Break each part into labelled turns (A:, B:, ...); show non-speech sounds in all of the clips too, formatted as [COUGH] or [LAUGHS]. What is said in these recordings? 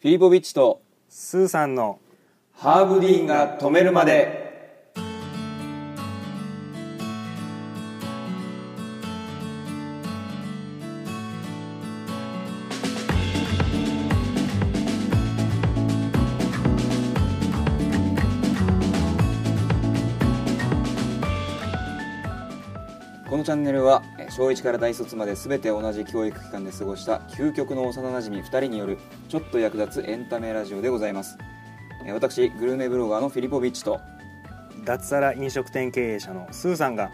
A: フィリポビッチと
B: スーさんの
A: ハーブディーンが止めるまで。このチャンネルはえー小1から大卒まで全て同じ教育機関で過ごした究極の幼なじみ2人によるちょっと役立つエンタメラジオでございますえー私グルメブロガーのフィリポビッチと
B: 脱サラ飲食店経営者のスーさんが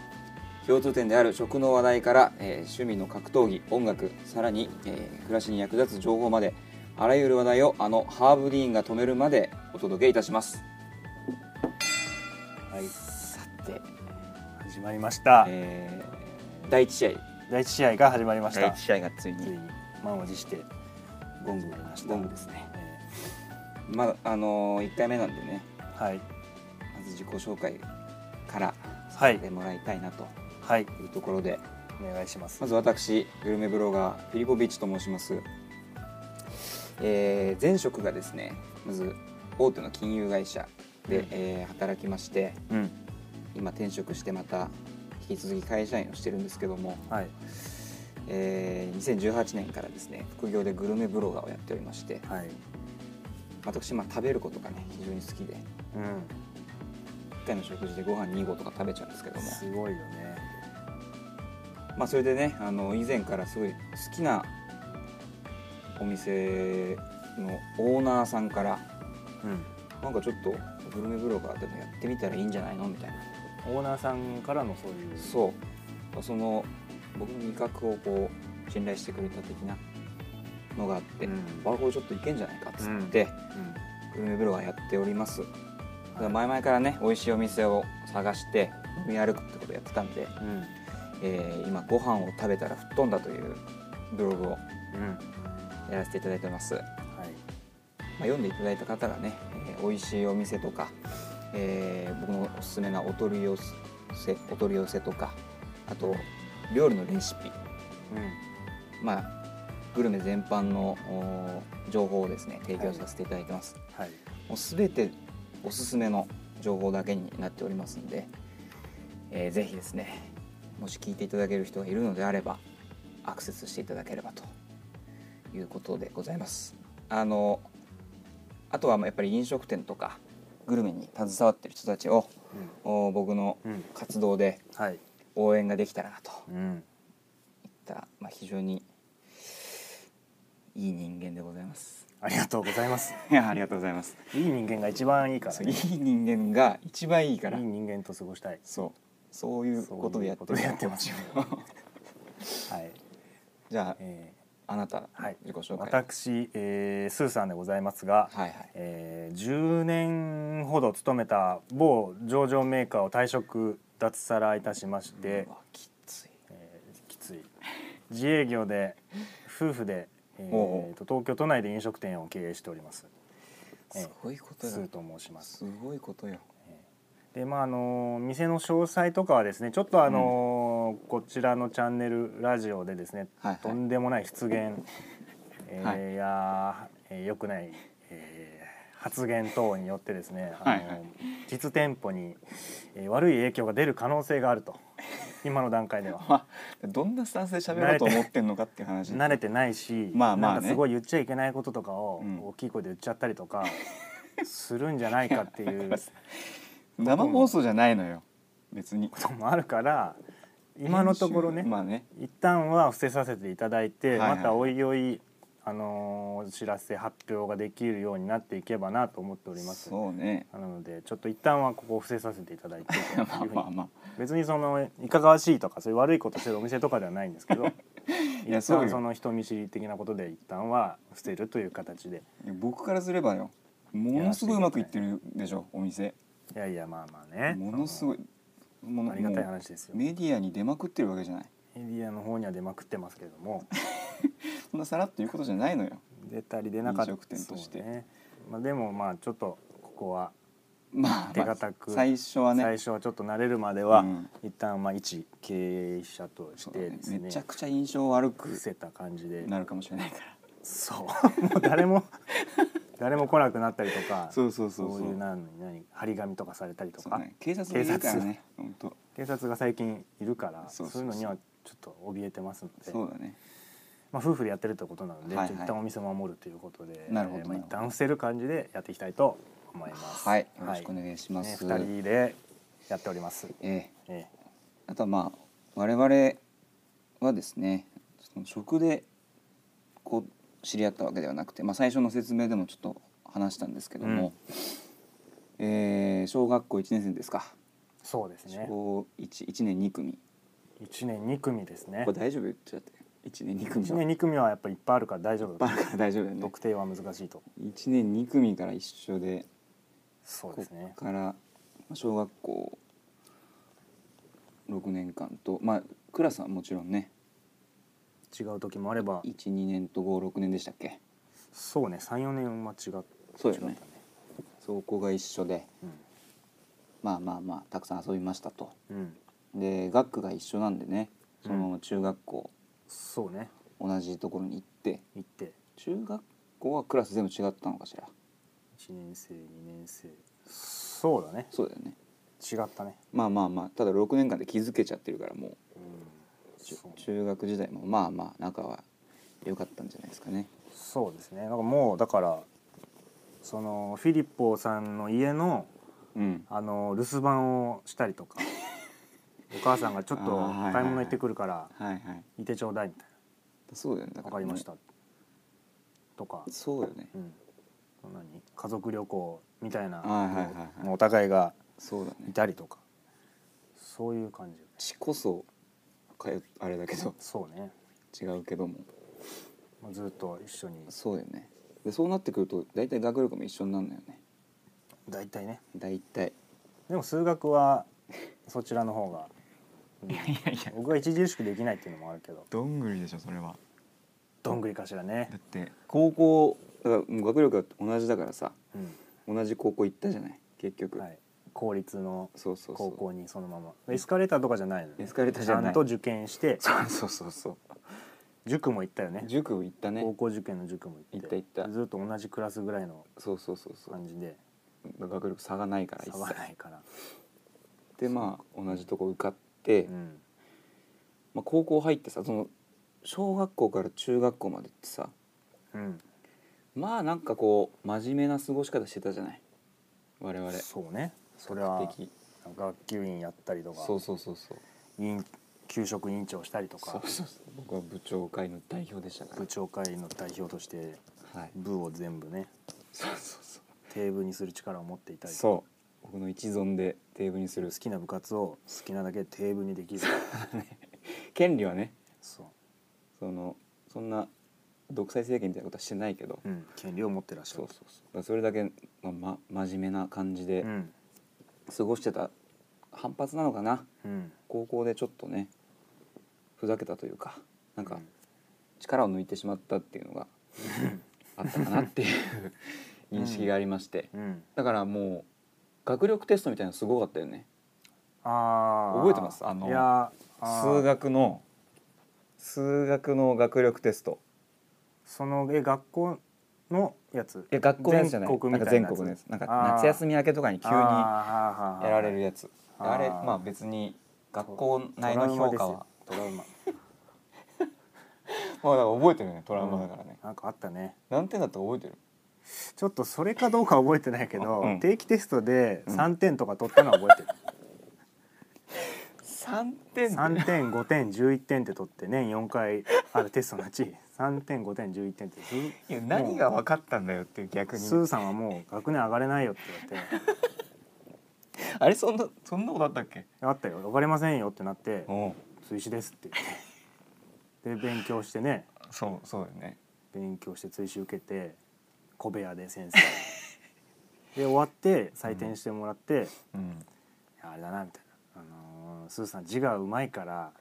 A: 共通点である食の話題から、えー趣味の格闘技音楽さらに、えー暮らしに役立つ情報まであらゆる話題をあのハーブディーンが止めるまでお届けいたします、
B: はいさて始まりました、
A: えー第1試合
B: 第一試合が始まりまし
C: 第
B: た
C: 一試合がつい
B: つ
C: に
B: いに満を持して
A: ゴング
B: やりました
A: ゴングですね
B: え
A: まだあのー、1回目なんでね
B: ーはい
A: まず自己紹介から
B: は
A: で
B: い
A: もらいたいなと
B: は
A: い
B: い
A: うところで
B: お願いします
A: まず私グルメブロガーフィリポビッチと申します、えー前職がですねまず大手の金融会社で、
B: うん
A: えー働きまして
B: うん
A: 今転職してまた引き続き会社員をしてるんですけども、
B: はい
A: えー2018年からですね副業でグルメブロガーをやっておりまして
B: はい
A: 私、まあ、食べることがね非常に好きで
B: う
A: 1回の食事でご飯2合とか食べちゃうんですけど
B: ん
A: も、
B: すごいよね
A: まあ、それでねあの以前からすごい好きなお店のオーナーさんから
B: うん
A: なんかちょっとグルメブロガーでもやってみたらいいんじゃないのみたいな
B: オーナーさんからのそういう
A: そうその僕の味覚をこう信頼してくれた的なのがあって、
B: うん
A: バーコーちょっといけんじゃないかっつって、グルメブロガーやっております、だから前々からね美味しいお店を探して飲み歩くってことやってたんで、
B: うんうん
A: えー今ご飯を食べたら吹っ飛んだというブログを
B: うん
A: やらせていただいてます、ま
B: はい
A: あ、読んでいただいた方がね、えー美味しいお店とか、えー僕のおすすめなお取り寄せお取り寄せとかあと料理のレシピまあグルメ全般のお情報をですね提供させていただいてます、
B: うんはい
A: もう全ておすすめの情報だけになっておりますんで、えーぜひですねもし聞いていただける人がいるのであればアクセスしていただければということでございますあのあとはまあやっぱり飲食店とかグルメに携わってる人たちをお僕の
B: うんうん
A: 活動で
B: はい
A: 応援ができたらなと
B: うん
A: いった、まあ、非常にいい人間でございます
B: ありがとうございます
A: いやありがとうございます
B: いい人間が一番いいから
A: そうい
B: ね
A: い人間が一番いいから
B: いい人間と過ごしたい
A: そうそういうことでやって
B: そういうことでやってますはい、
A: じゃあ
B: え
A: あなた、
B: はい
A: 自己紹介
B: ー、
A: はい
B: 私、えー、スーさんでございますが、
A: はい
B: えー、10年ほど勤めた某上場メーカーを退職脱サラいたしまして
A: う、わきつい
B: えー、きつい自営業で夫婦で、えー、
A: おうおう
B: と東京都内で飲食店を経営しております、えー
A: すごいことよ
B: スーと申します
A: すごいこと
B: [LAUGHS]
A: よ
B: でまああの店の詳細とかはですねちょっとあの、こちらのチャンネルラジオでですね、
A: はいはい
B: とんでもない
A: [LAUGHS]
B: 失言、えー
A: はい
B: い、やー、えー良くない、えー発言等によってですね、あの
A: はいはい
B: 実店舗に、えー悪い影響が出る可能性があると今の段
A: [LAUGHS]
B: 階では
A: どんなスタンスで喋ろうと思ってんのかっていう話
B: 慣れてないし、
A: まあまあね
B: なんかすごい言っちゃいけないこととかを、
A: うん
B: 大きい声で言っちゃった
A: [LAUGHS]
B: りとかするんじゃないかっていうこ
A: 生放送じゃないのよ別に
B: ともあるから [LAUGHS] 今のところね、
A: まあね
B: 一旦は伏せさせていただいて、
A: はいはい
B: またおいおいあのーお知らせ発表ができるようになっていけばなと思っております
A: そう
B: [LAUGHS]
A: ね
B: なのでちょっと一旦はここを伏せさせていただいてというふう
A: ま
B: に
A: あまあま
B: 別にそのいかがわしいとかそういう悪いことしてるお店とかではないんですけど
A: [LAUGHS] いや
B: 一
A: そうよ
B: 旦その人見知り的なことで一旦は伏せるという形で
A: あ僕からすればよものすごいうまくいってるでしょお店
B: いやいやまあまあね
A: ものす
B: い
A: ごいもの
B: ありがたい
A: も
B: 話です
A: う
B: よメ
A: メディアに出まくってるわけじゃない
B: ディアの方には出まくってますけれども
A: そんなさらっと言うことじゃないのよ
B: 出たり出なかった
A: 飲食店として
B: そうねまあ、でもまあちょっとここは
A: まあ、
B: 手
A: まあ
B: 堅く
A: 最初はね
B: 最初はちょっと慣れるまでは、
A: うん
B: 一旦まあ一経営者とし
A: そうだ
B: てで
A: ね
B: すね
A: めちゃくちゃ印象悪く
B: 伏せた感じで
A: なるかもしれないから
B: そうもう誰も [LAUGHS] 誰も来なくなったりとか
A: そうそうそうそう
B: そういう何何張り紙とかされたりと
A: そう
B: か、
A: ね、警察がいるからね本当
B: 警察が最近いるから
A: そ
B: そうう
A: そうそう
B: いうのにはちょっと怯えてますので、
A: そうだね
B: まあ、夫婦でやってるってことなので、
A: はいはい
B: ちょっと一旦お店を守るということで
A: なるほど
B: えーまあ、
A: なるほ
B: 一
A: ど
B: 旦伏せる感じでやっていきたいと思います。
A: はいよろしくお願いしま
B: ね
A: す、
B: 二人でやっております。
A: え
B: え
A: ーあとはまあ我々はですねその職でこう知り合ったわけではなくて、まあ、最初の説明でもちょっと話したんですけども、えー小学校1年生ですか
B: えそうですね。
A: 小 1, 1年2組
B: 一年二組ですね
A: これ。大丈夫言っちゃって1年2組
B: 一
A: は
B: 年二組はやっぱりいっぱいあるから大丈夫
A: バ。ラから大丈夫だよね
B: 特定は難しいと。
A: 1年2組から一緒で
B: そう
A: こ
B: ですね
A: こ。からまあ小学校6年間とまあクラスはもちろんね
B: 違う時もあれば、
A: 12年と56年でしたっけ
B: そうね、三四年は違う。
A: そうよね
B: 違った
A: そこが一緒でまあまあまあたくさん遊びましたと
B: うん。うん。
A: で学区が一緒なんでねそのまま中学校、
B: そうね。
A: 同じところに行って
B: 行って
A: 中学校はクラス全部違ったのかしら
B: 一年生二年生。そうだね。
A: そうだよね
B: 違ったね。
A: まあまあまあただ6年間で気づけちゃってるからもう
B: うん。
A: ちゅ
B: そう
A: 中学時代もまあまあ仲は良かったんじゃないですかね
B: そうですね。なんかもうだからそのフィリッポさんの家の
A: うん
B: あの留守番をしたり
A: [LAUGHS]
B: とか、お母さんがちょっ
A: あー
B: と
A: はいはいはい
B: 買い物行ってくるから
A: はいはい
B: いてちょうだいみたい
A: そうだよねだ
B: な。
A: か
B: わ
A: ら
B: かりました。とか、
A: そうよね
B: うん。何家族旅行みたいな、
A: はいはいはいはい
B: もうお互いが
A: そうだね
B: いたりとか、そういう感じ。
A: ちこそかよあれだけど [LAUGHS]
B: そうね。
A: 違うけども
B: まあずっと一緒に
A: そうだよねでそうなってくると大体学力も一緒になるんだよね
B: 大体ね。
A: 大体
B: でも数学はそちらの方が、うん僕は著しくできないっていうのもあるけど。
A: どんぐりでしょそれは
B: どんぐりかしらね。
A: って高校だからもう学力が同じだからさ
B: う
A: 同じ高校行ったじゃない結局、
B: ん、はい。公立の
A: そうそうそう
B: 高校にそのまま。エスカレーターとかじゃないの、ね。
A: エスカレーターじゃない
B: ちゃんと受験して、
A: そうそうそうそう
B: 塾も行ったよね。
A: 塾行ったね
B: 高校受験の塾も行って。
A: 行った行った
B: ずっと同じクラスぐらいの
A: そうそうそうそう
B: 感じで
A: 学力差がないから一
B: 差がな
A: 切
B: いから。
A: でまあ同じとこ受かって、
B: うん。
A: まあ、高校入ってさその小学校から中学校までってさ
B: うん。
A: まあなんかこう真面目な過ごし方してたじゃない我々
B: そうね。それは
A: 的
B: 学級委員やったりとか、
A: そうそうそうそう
B: 委員給食委員長したりと
A: そ
B: か
A: う、そうそう僕は部長会の代表でしたか
B: 部長会の代表として
A: らはい
B: 部を全部ね
A: そうそうそう
B: テーブルにする力を持っていたりとか
A: そう僕の一存でテーブルにする
B: 好きな部活を好きなだけテーブルに
A: [LAUGHS]
B: できる
A: 権利はね
B: そう
A: そのそんな独裁政権みたいなことはしてないけど、
B: うん、権利を持ってらっしゃ
A: そ
B: る
A: うそうそうだからそれだけ、まあま、真面目な感じで
B: うん
A: 過ごしてた反発なのかな、
B: うん
A: 高校でちょっとねふざけたというかなん
B: う
A: か
B: ん
A: 力を抜いてしまったっていうの
B: [LAUGHS]
A: があったかなっていう
B: うん
A: 認識がありまして、
B: うん
A: だからもう学力テストみたいなのすごかったよね
B: あー
A: 覚えてますあの
B: いやあー
A: 数学の数学の学力テスト
B: そのえ学校のやつ
A: いや学校のやつじゃない
B: 全国
A: なん
B: み
A: か
B: た
A: 全
B: いなやつ
A: 国のやつなんか
B: あー
A: 夏休み明けとかに急に
B: あーは
A: や
B: あはあはあ
A: られるやつ
B: あ
A: あ
B: ー
A: れまあ別に学校内の評価は
B: トラウマですよ
A: まあだから覚えてるよねト
B: ト
A: ラ
B: ラウ
A: ウ
B: マ
A: マだからね、
B: うんなんかあったね
A: 何点だったか覚えてる
B: ちょっとそれかどうかは覚えてないけど、
A: うん
B: 定期テストで
A: うん
B: 3点とか取ったのは覚えてる、 [LAUGHS]
A: 3点
B: 3点5点11点って取って年4回あるテストのうち3点5点11点ってず
A: いや何が分かったんだよっていう逆に
B: スーさんはもう学年上がれないよって言われ [LAUGHS] て
A: あれそんなそんなことあったっけ
B: あったよ上がれませんよってなって
A: お
B: 追試ですって言ってで勉強してね
A: そうそうだよね
B: 勉強して追試受けて小部屋で
A: [LAUGHS]
B: 先生で終わって採点してもらって、い
A: うん
B: やあれだなみたいな、あのースーさん字がうまいから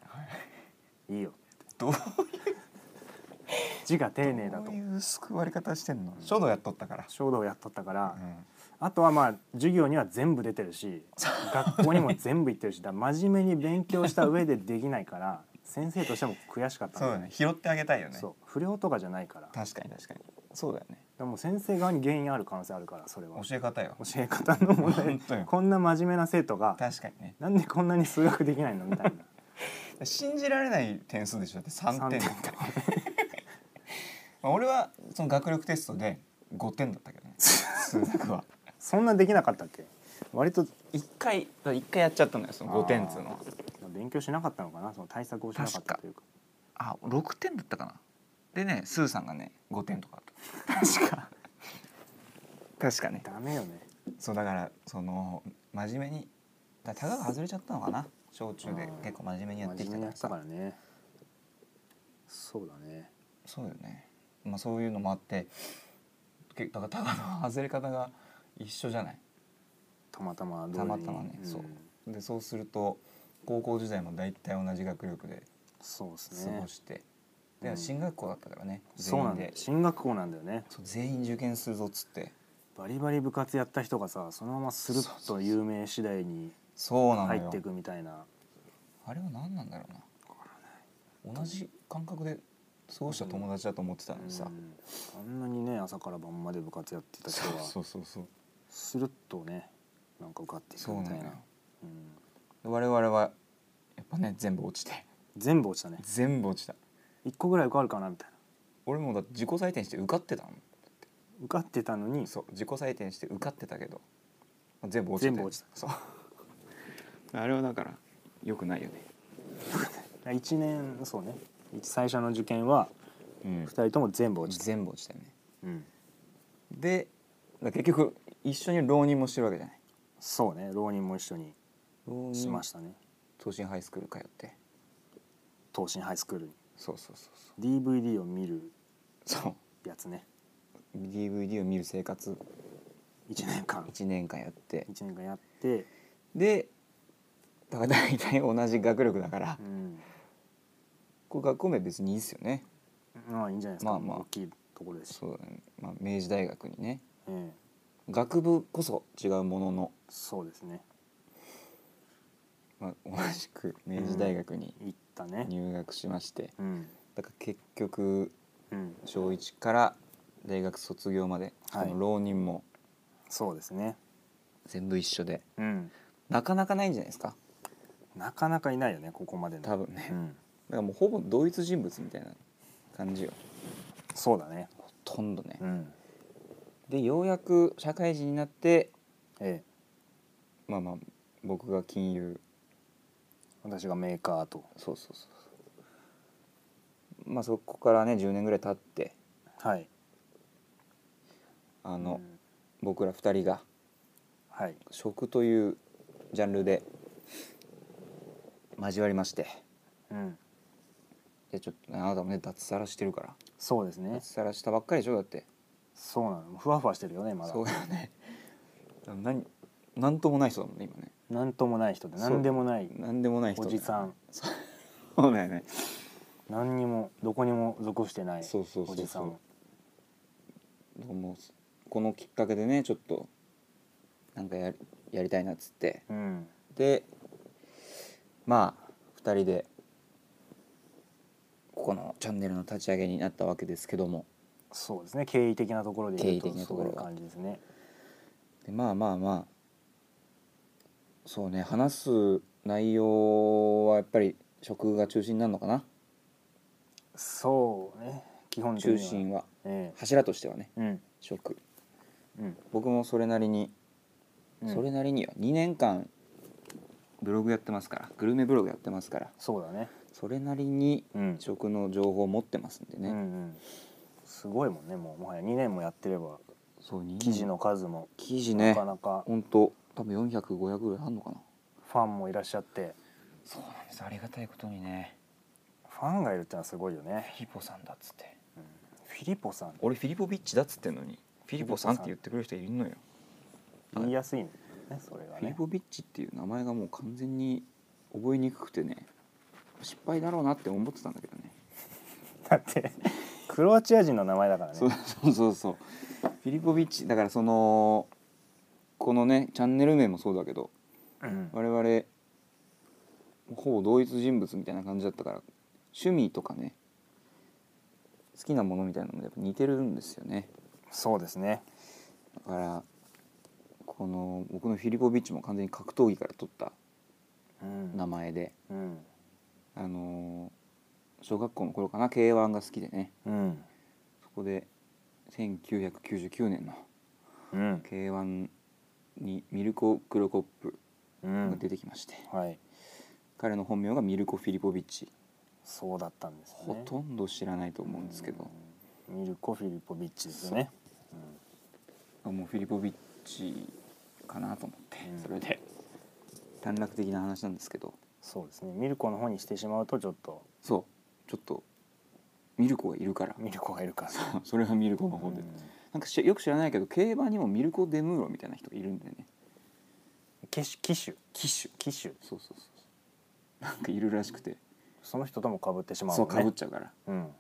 B: いいよ
A: どう
B: 字が丁寧だ
A: ど
B: と
A: ういう救われ方してんの書道やっとったから、
B: 書道やっとったから、
A: うん
B: あとはまあ授業には全部出てるし学校にも全部
A: [LAUGHS]
B: 行ってるしだから真面目に勉強した上でできないから先生としても悔しかったん
A: そうだね拾ってあげたいよね
B: そう不良とかじゃないから
A: 確かに確かにそうだよね
B: らもう先生側に原因ある可能性あるからそれは
A: 教え方 [LAUGHS] よ
B: 教え方の問題
A: 本当よ
B: こんな真面目な生徒が
A: 確かにね
B: なんでこんなに数学できないのみたい
A: [LAUGHS]
B: な
A: 信じられない点数でしょだって3点
B: 三
A: だったりまあ [LAUGHS] 俺はその学力テストで5点だったけどね数学 [LAUGHS] は
B: そんなできなかったっけ割と
A: 1回1回やっちゃったのよその5点っつうのは
B: 勉強しなかったのかなその対策をしなかったというか
A: あ6点だったかなでねスーさんがね5点とかだった確か確かね
B: ダメよね
A: そうだからその真面目にだからタガが外れちゃったのかな小中で結構真面目にやって
B: 真
A: き
B: 面
A: たか
B: 目にや
A: ら
B: ってたか
A: さ
B: らねそうだね
A: そうよねまあそういうのもあってけだからタガの外れ方が一緒じゃない
B: たまたま通り
A: た
B: に
A: またまね、
B: ん
A: そうでそうすると高校時代も大体同じ学力で
B: そうです
A: 過
B: ね
A: ごして、
B: う
A: で
B: ん
A: 進学校だったからね、全
B: そうな
A: 員
B: んだよ
A: で
B: 進学校なんだよね
A: そう全員受験するぞっつって
B: バリバリ部活やった人がさそのままスル
A: そう
B: ッ
A: そうそ
B: と
A: う
B: 有名次第に
A: そうなの
B: 入
A: よ
B: っていくみたいな
A: あれは何なんだろうな同じ感覚で過ごした友達だと思ってたのにさ、
B: うんあんなにね朝から晩まで部活やってた人
A: そう
B: が
A: そうそうそう
B: スルッとねなんか受かっていく
A: そう
B: み
A: な
B: た
A: の
B: い
A: よ
B: な、うん、
A: で我々はやっぱね全部落ちて
B: 全部落ちたね
A: 全部落ちた
B: 一個ぐらい受かるかなみたいな
A: 俺もだって自己採点して受かってたもん
B: 受かってたのに
A: そう自己採点して受かってたけど全部落ちて
B: 全部落ち
A: たそう [LAUGHS] あれはだからよくないよね、
B: 1年そうね一最初の受験は
A: うん
B: 2、人とも全部落ちた、
A: 全部落ちたよね
B: うん、
A: でだから結局一緒に浪人もしてるわけじゃない
B: そうね浪人も一緒に
A: 浪
B: しま
A: 東
B: したね
A: 進ハイスクール通って
B: 東進ハイスクールに
A: そうそうそう
B: DVD を見る
A: そうそう
B: やつね
A: DVD を見る生活
B: 1年間
A: 1年間やって
B: 1年間やって、
A: でだから大体同じ学力だから、
B: うん、
A: これ学校名別にいいですよね
B: まあいいんじゃないですか、
A: まあまあ
B: 大きいところですし、
A: そうだね、まあ、明治大学にね
B: ええ
A: 学部こそ違うものの、
B: そうですね
A: まあ、同じく明治大学に
B: 行ったね
A: 入学しまして、
B: うん
A: だから結局
B: うん
A: 小1から大学卒業まで、
B: はい
A: その浪人も
B: そうですね
A: 全部一緒で
B: うん
A: なかなかないんじゃないですか
B: なかなかいないよねここまでの
A: 多分ね、
B: う
A: だ
B: ん、
A: からもうほぼ同一人物みたいな感じよ
B: そうだね
A: ほとんどね、
B: うん
A: でようやく社会人になって
B: ええ
A: まあまあ僕が金融
B: 私がメーカーと
A: そうそうそうそうまあそこからね10年ぐらい経って
B: はい
A: あ
B: あ
A: の、僕ら2人が
B: はい
A: 食というジャンルで交わりまして
B: うん
A: でちょっとねあなたもね脱サラしてるから
B: そうですね
A: 脱サラしたばっかりでしょだって、
B: そうなのふわふわしてるよねまだ
A: そうよね [LAUGHS] 何何ともない人だもんね今ね
B: なんともない人で
A: そう
B: 何でもない
A: 何でもない人
B: お
A: だよね
B: じさん
A: そうだよね
B: 何にもどこにも属してない
A: そうそうそうそう
B: おじさん
A: だからもうこのきっかけでねちょっとなんかやりやりたいなっつって
B: うん
A: でまあ2人でここのチャンネルの立ち上げになったわけですけども
B: そうですね経緯的なところで言う
A: 経緯
B: と
A: 的なと
B: そ
A: こ
B: うい
A: ろ
B: う
A: が
B: 感じですね
A: でまあまあまあそうね話す内容はやっぱり食が中心になるのかな
B: そうね基本的に
A: 中
B: は
A: 心は
B: え
A: 柱としてはね
B: えうん
A: 食
B: うん
A: 僕もそれなりに、
B: うん
A: それなりには2年間ブログやってますからグルメブログやってますから
B: そうだね
A: それなりに
B: うん
A: 食の情報を持ってますんでね、
B: うんうんすごいもんねもうもはや2年もやってれば
A: そう二年
B: 記事の数も
A: 記事ね
B: なかなか
A: 本当多分400500ぐらいあんのかな
B: ファンもいらっしゃって
A: そうなんですありがたいことにね
B: ファンがいるってのはすごいよ
A: フ
B: ね
A: ィリポさんだっつって
B: フィリポさん
A: 俺フィリポビッチだっつってんのにフィリポさんって
B: フィ
A: 言
B: リ
A: って
B: ポさん
A: くれる人いるのよ
B: 言いやすいねそれが
A: フィリ
B: ね
A: ポビッチっていう名前がもう完全に覚えにくくてね失敗だろうなって思ってたんだけどね
B: だってクロアチア人の名前だから
A: [LAUGHS]
B: ね
A: そうそうそうそうフィリポビッチだからそのこのねチャンネル名もそうだけど
B: うん
A: 我々ほぼ同一人物みたいな感じだったから趣味とかね好きなものみたいなのもやっぱ似てるんですよね
B: そうですね
A: だからこの僕のフィリポビッチも完全に格闘技から取った
B: うん
A: 名前で、
B: うん
A: あのー小学校の頃かな k 1が好きでね
B: うん
A: そこで1999年の
B: うん
A: k 1にミルコ・クロコップ
B: う
A: が
B: ん
A: 出てきまして、
B: はい
A: 彼の本名がミルコ・フィリポビッチ
B: そうだったんですね
A: ほとんど知らないと思うんですけど、
B: うんミルコ・フィリポビッチですよね
A: もうフィリポビッチかなと思って、
B: うん
A: それで短絡的な話なんですけど
B: そうですねミルコの方にしてしまうとちょっと
A: そうちょっとミルコがいるから [LAUGHS]
B: ミルコがいるから
A: そうそれはミルコの方で、
B: うん
A: なんかしよく知らないけど競馬にもミルコ・デムーロみたいな人がいるんだよね [LAUGHS]
B: 騎手騎手
A: 騎手
B: 騎手
A: そうそうそうそうなんかいるらしくて、
B: その人とも被ってしまう
A: そう
B: もん
A: かぶっ
B: ね
A: ちゃうから
B: うん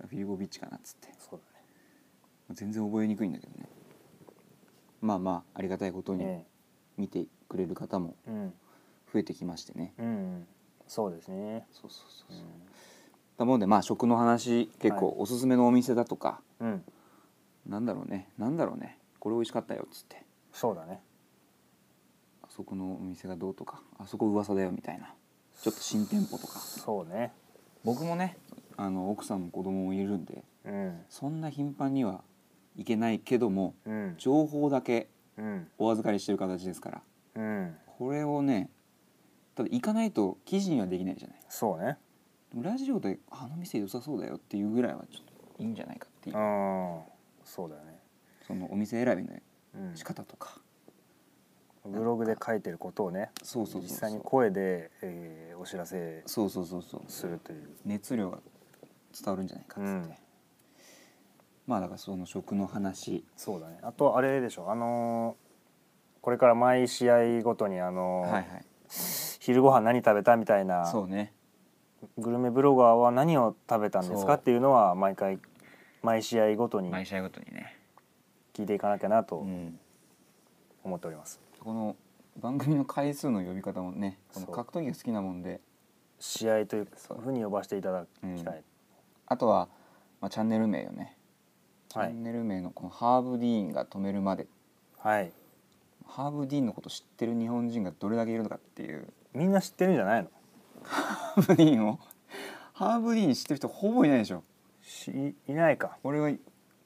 A: フィリボビッチかなっつって
B: そうだね
A: 全然覚えにくいんだけどねまあまあありがたいことに
B: え
A: 見てくれる方も
B: えうん
A: 増えてきましてね、
B: うんそうですね
A: そうそうそう
B: う
A: そうんだもんでまあ食の話結
B: はい
A: 構おすすめのお店だとか、
B: うん
A: なんだろうねなんだろうねこれ美味しかったよっつって
B: そうだね
A: あそこのお店がどうとかあそこ噂だよみたいなちょっと新店舗とか
B: そうね
A: 僕もねあの奥さんも子供もいるんで
B: うん
A: そんな頻繁には行けないけども
B: うん
A: 情報だけ
B: うん
A: お預かりしてる形ですから
B: うん
A: これをねただ行かないと記事にはできないじゃない
B: そうね
A: でもラジオであの店良さそうだよっていうぐらいはちょっといいんじゃないかっていう
B: ああそうだよね
A: そのお店選びの
B: うん
A: 仕方とか、
B: ブログで書いてることをね
A: そうそうそうそう
B: 実際に声で、えーお知らせ
A: そうそうそうそう
B: するという
A: 熱量が伝わるんじゃないかっつって、
B: うん
A: まあだからその食の話
B: そうだねあとあれでしょあのーこれから毎試合ごとにあの
A: は
B: ー
A: いはい
B: 昼ご飯何食べたみたいな
A: そうね
B: グルメブロガーは何を食べたんですか
A: そう
B: っていうのは毎回毎試合ごとに
A: 毎試合ごとにね、
B: 聞いていかなきゃな
A: う
B: と
A: ん、
B: 思っております、
A: この番組の回数の呼び方もねこの
B: そう
A: 格闘技が好きなもんで
B: 試合という
A: そう
B: ふうに呼ばせていただきたい、
A: あとは、まあ、チャンネル名よね、
B: は
A: チャ
B: い
A: ンネル名のこのハーブ・ディーンが止めるまで
B: はい
A: ハーブ・ディーンのこと知ってる日本人がどれだけいるのかっていう
B: みんな知ってるんじゃないの
A: ハーブ・ディーンをハーブ・ディーン知ってる人ほぼいないでしょ
B: しいいないか
A: 俺は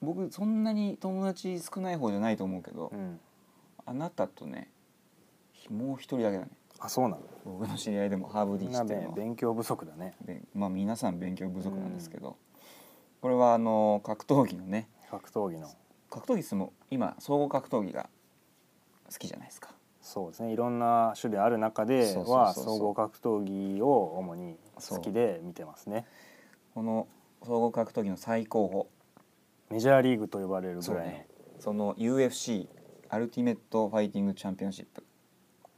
A: 僕そんなに友達少ない方じゃないと思うけど、
B: うん
A: あなたとねもう一人だけだね
B: あそうなの
A: 僕の知り合いでもハーブデ
B: み
A: ィ
B: ん
A: ー知
B: な
A: ってるの
B: 勉
A: は
B: 勉強不足だね
A: でまあ皆さん勉強不足なんですけど、これはあの格闘技のね
B: 格闘技の
A: 格闘技っすも今総合格闘技が好きじゃないですか
B: そうですねいろんな種類ある中で
A: そうそうそうそう
B: は総合格闘技を主に好きで見てますね
A: この総合格闘技の最高峰
B: メジャーリーグと呼ばれるぐ
A: そう
B: らいの
A: ねその UFC アルティメットファイティングチャンピオンシップ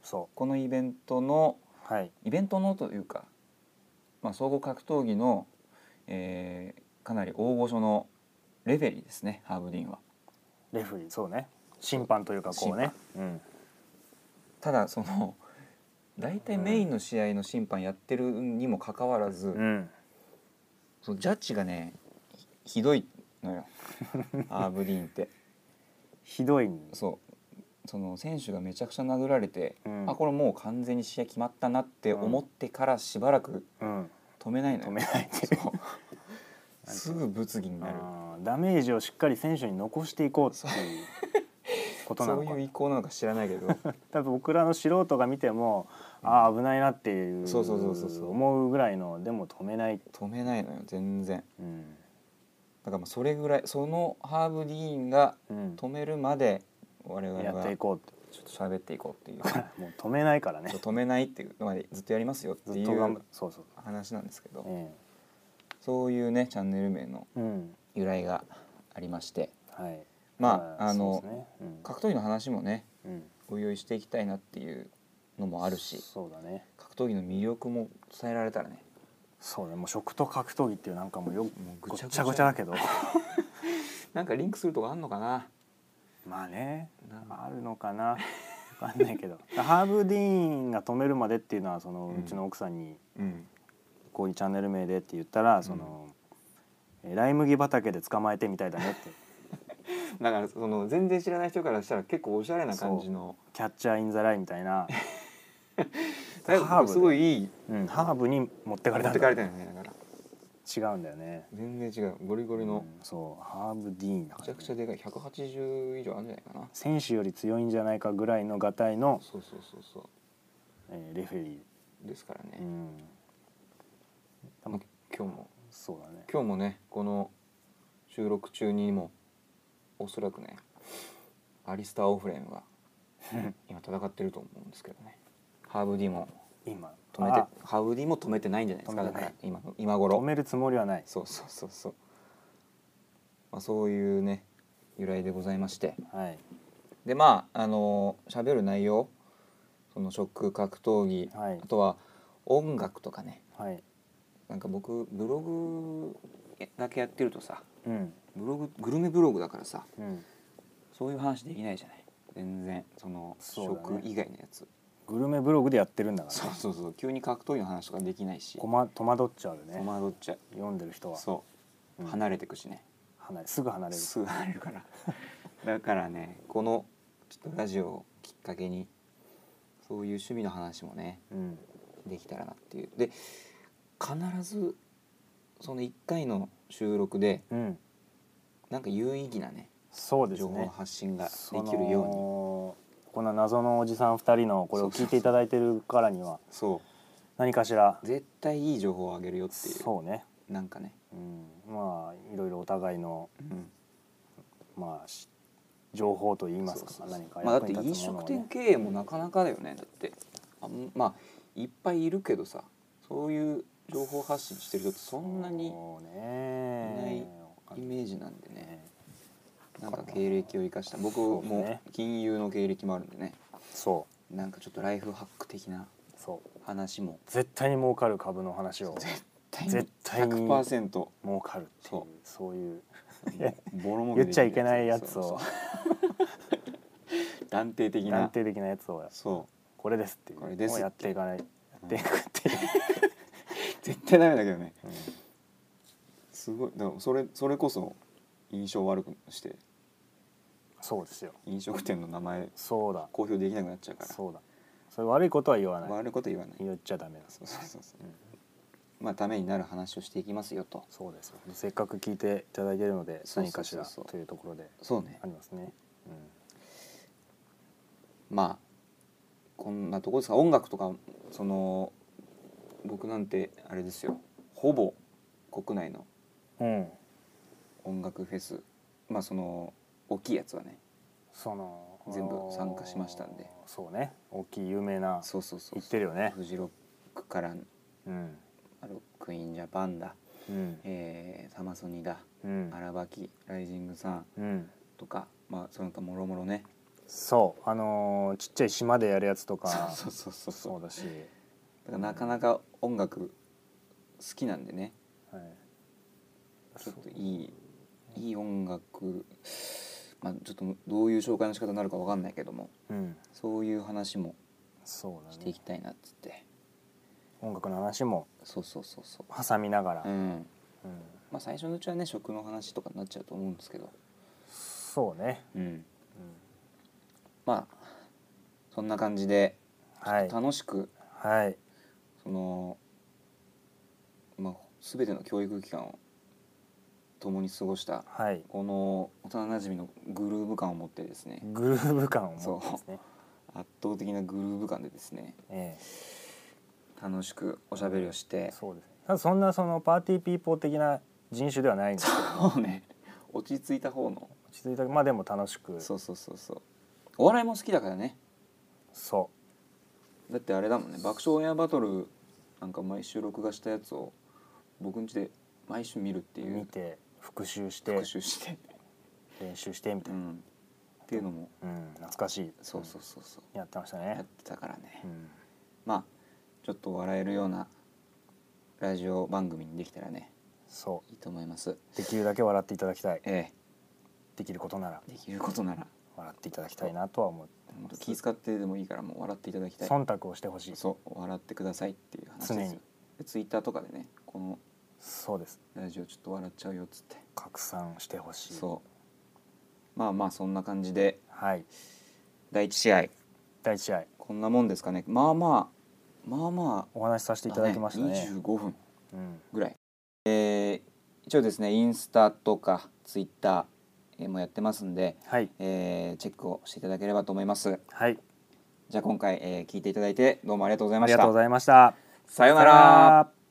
B: そ
A: このイベントの
B: うはい
A: イベントのというか、まあ、総合格闘技の、えーかなり大御所のレフェリーですねハーブディーンは。
B: レフェリーそうね審判というかこうねうん
A: ただその大体メインの試合の審判やってるにもかかわらず、
B: うん
A: そのジャッジがねひひどいの
B: [LAUGHS]
A: よハーブディーンって。
B: ひどいに
A: そうその選手がめちゃくちゃ殴られて、
B: うん
A: あこれもう完全に試合決まったなって思ってからしばらく
B: うん
A: 止めないのよ
B: 止めないっていう
A: そうすぐ物議になる
B: あーダメージをしっかり選手に残していこうっていうことな
A: そ
B: の
A: う
B: か
A: いう意向なのか知らないけど
B: 多分僕らの素人が見ても、ああ危ないなっていう
A: そうそうそうそうそう
B: 思うぐらいのでも止めない、
A: 止めないのよ全然
B: うん
A: だからまあそれぐらいそのハーブディーンが
B: うん、
A: 止めるまで我々
B: やっ
A: は
B: てい
A: ちょ
B: こうって [LAUGHS]
A: っと喋っていこうっていう
B: もう止めないからね
A: 止めないっていうのまでずっとやりますよって
B: ず
A: い
B: っと頑
A: う
B: 張るそうそう、
A: 話なんですけど
B: え
A: そういうねチャンネル名の
B: えうん
A: 由来がありまして
B: はい
A: まああ
B: そう
A: の
B: ですねうん
A: 格闘技の話もね
B: うん
A: おいおいしていきたいなっていうのもあるし
B: そうだね
A: 格闘技の魅力も伝えられたらね
B: そうねもう食と格闘技っていうなんかもうよ
A: もう
B: ご
A: ぐ
B: っち
A: ち
B: ゃ
A: ゃ
B: ご
A: ご
B: ち
A: ち
B: ゃ
A: ゃ
B: だけど [LAUGHS]
A: なんかリンクするとこあんのかな
B: まあね
A: なんか
B: あるのかなわかんないけどハーブディーンが止めるまでっていうのはその
A: うん
B: うちの奥さんに
A: うん
B: こういうチャンネル名でって言ったらその、えーライ麦畑で捕まえてみたいだねって
A: だからその全然知らない人からしたら結構おしゃれな感じの
B: キャッチャーインザラインみた
A: [LAUGHS]
B: い
A: だ
B: な、
A: から
B: ハーブです
A: ごいいい
B: うん、ハーブに持ってか
A: 持
B: れた
A: っ
B: ん
A: てか
B: だ
A: れたよねだから
B: 違うんだよね、
A: 全然違うゴリゴリ
B: う
A: の
B: んそうハーブディーンだ
A: め
B: か
A: ちゃ
B: ら、
A: くちゃ
B: ね、
A: でかい180以上あるんじゃないかな
B: 選手より強いんじゃないかぐらいのがたいの、
A: そうそうそうそ
B: えーレフェリ
A: うですから
B: ー、う
A: ね、
B: ん、多
A: まあ
B: 分
A: 今日も
B: そうだね
A: 今日もねこの収録中にもおそらくねアリスター・オフレームが
B: [LAUGHS]
A: 今戦ってると思うんですけどねハーブ・ディも
B: 今
A: 止めて
B: あ
A: ハーブ・ディも止めてないんじゃないですか
B: 止め
A: だ
B: て
A: か
B: ない
A: ら今今
B: 止
A: 頃
B: めるつもりはない
A: そうそうそうそう、まあ、そういうね由来でございまして
B: はい
A: でまああの喋る内容そのショック格闘技、
B: はい
A: あとは音楽とかね
B: はい
A: なんか僕ブログだけやってるとさ
B: うん
A: ブロググルメブログだからさ
B: うん
A: そういう話できないじゃない全然その
B: そうだね
A: 食以外のやつ
B: グルメブログでやってるんだから
A: そう,、そうそう急に格闘技の話とかできないし
B: こま戸惑っちゃうよ
A: 戸
B: ね
A: 惑っちゃう
B: 読んでる人は
A: そう
B: うん
A: 離れてくしね、
B: 離れすぐ離れる
A: すぐ離れるからだからねこのちょっとラジオをきっかけにそういう趣味の話もね
B: うん
A: できたらなっていうで必ずその1回の収録で
B: うん
A: なんか有意義なね
B: そうです
A: 情報の
B: ね
A: 発信がで
B: その
A: きるように
B: こんな謎のおじさん2人のこれを聞いていただいてるからには
A: そう
B: 何かしら
A: 絶対いい情報をあげるよっていう
B: そうね、
A: なんかね、
B: うん、まあいろいろお互いの
A: うん
B: まあし情報といいますか
A: そうそうそう
B: 何か
A: まあ、だっ
B: 役
A: て
B: に
A: 飲
B: 立つもの
A: 食
B: を
A: 店
B: ね、
A: 経営もなかなかだよねだってあんまあいっぱいいるけどさそういう情報発信してる人ってそんなに
B: そうね
A: いないイメージなんでねなんか
B: わかんない
A: 経歴を生かした僕
B: そうです
A: も
B: ね
A: 金融の経歴もあるんでね
B: そ
A: なんかちょっとライフハック的な
B: うそう
A: 話も
B: 絶対に儲かる株の話を
A: 絶対に
B: 絶対に
A: 100%
B: 儲かるっていう
A: そ
B: そういう
A: ボロ儲けで
B: 言っ
A: きる
B: ちゃいけないやつ
A: そ
B: を
A: う [LAUGHS] そう断定的な
B: 断定的なやつを
A: そ
B: これですっていう
A: これです
B: もうやっていかないやっていくっていう、
A: う絶対ダメだけどね
B: うん
A: すごいだからそれそれこそ印象悪くして
B: そうですよ
A: 飲食店の名前
B: そうだ
A: 公表できなくなっちゃうから
B: そうだそれ悪いことは言わない
A: 悪いこと言わない
B: 言っちゃダメだ
A: そうそうそうそう
B: うん
A: まあためになる話をしていきますよと
B: そうですよせっかく聞いていただいているので
A: そうそう
B: 何かしら
A: そうそう
B: というところで
A: そうね
B: ありますね、うん
A: まあこんなとこですか音楽とかその僕なんてあれですよほぼ国内の
B: うん、
A: 音楽フェスまあその大きいやつはね
B: その
A: 全部参加しましたんで
B: そうね大きい有名な
A: そうそうそう
B: 言ってるよね
A: フジロックから
B: うん
A: あのクイーンジャパンだ、
B: うん
A: えーサマソニだ
B: うん
A: アラバキライジングさん
B: うん
A: とかまあその他もろもろね
B: そうあのーちっちゃい島でやるやつとか
A: そうそうそうそう
B: そうだし、
A: だからなかなか音楽好きなんでね
B: はい、
A: ちょっといいいい音楽まあちょっとどういう紹介の仕方になるかわかんないけども
B: うん
A: そういう話も
B: そうだ
A: してい
B: ね
A: きたいなっつって
B: 音楽の話も
A: そうそうそうそ
B: 挟みながら、
A: ううん
B: うん
A: まあ最初のうちはね食の話とかになっちゃうと思うんですけど
B: そうね、
A: うん
B: うん
A: まあそんな感じで
B: はい
A: 楽しく
B: はい
A: そのまあ全ての教育機関を共に過ごした
B: はい
A: この幼なじみのグルーヴ感を持ってですね
B: グルーヴ感を持ってですね
A: 圧倒的なグルーヴ感でですね
B: え
A: 楽しくおしゃべりをし
B: え
A: て
B: そうですねただそんなそのパーティーピーポー的な人種ではないんですけど
A: そうね落ち着いた方の
B: 落ち着いたまあでも楽しく
A: そうそうそうそうお笑いも好きだからね
B: そ
A: だってあれだもんね爆笑オンエアバトルなんか毎週録画したやつを僕ん家で毎週見るって
B: う
A: い
B: 見
A: う
B: て復習して
A: 復習して、
B: 練習してみた
A: う
B: いな、
A: ん、っていうのも
B: うん懐かしい
A: そうそうそうそう
B: やってました
A: やっ
B: ね、
A: てたからね
B: うん、
A: まあちょっと笑えるようなラジオ番組にできたらね
B: そ
A: いいと思います
B: うできるだけ笑っていただきたい
A: え
B: できることなら
A: えできることなら
B: 笑っていただきたいなとは思って
A: 本
B: ま
A: 当
B: す
A: 気遣ってでもいいからもう笑っていただきたい
B: 忖度をしてほしいそ
A: そう笑ってくださいっていう話です
B: 常に
A: でツイッターとかでねこの
B: うです
A: ラジオちょっと笑っちゃうよっつって
B: 拡散してほしい
A: そまあまあそんな感じで
B: はい
A: 第一試合
B: 第1試合
A: こんなもんですかねまあまあまあまあ
B: お話しさせていただきましたね
A: 25分
B: うん、
A: ぐらい、えー一応ですねインスタとかツイッターもやってますんで、
B: はい
A: えーチェックをしていただければと思います
B: はい
A: じゃあ今回、えー聞いていただいてどうもありがとうござい
B: あ
A: ま
B: り
A: し
B: がと
A: た
B: うございました
A: さようなら
B: ら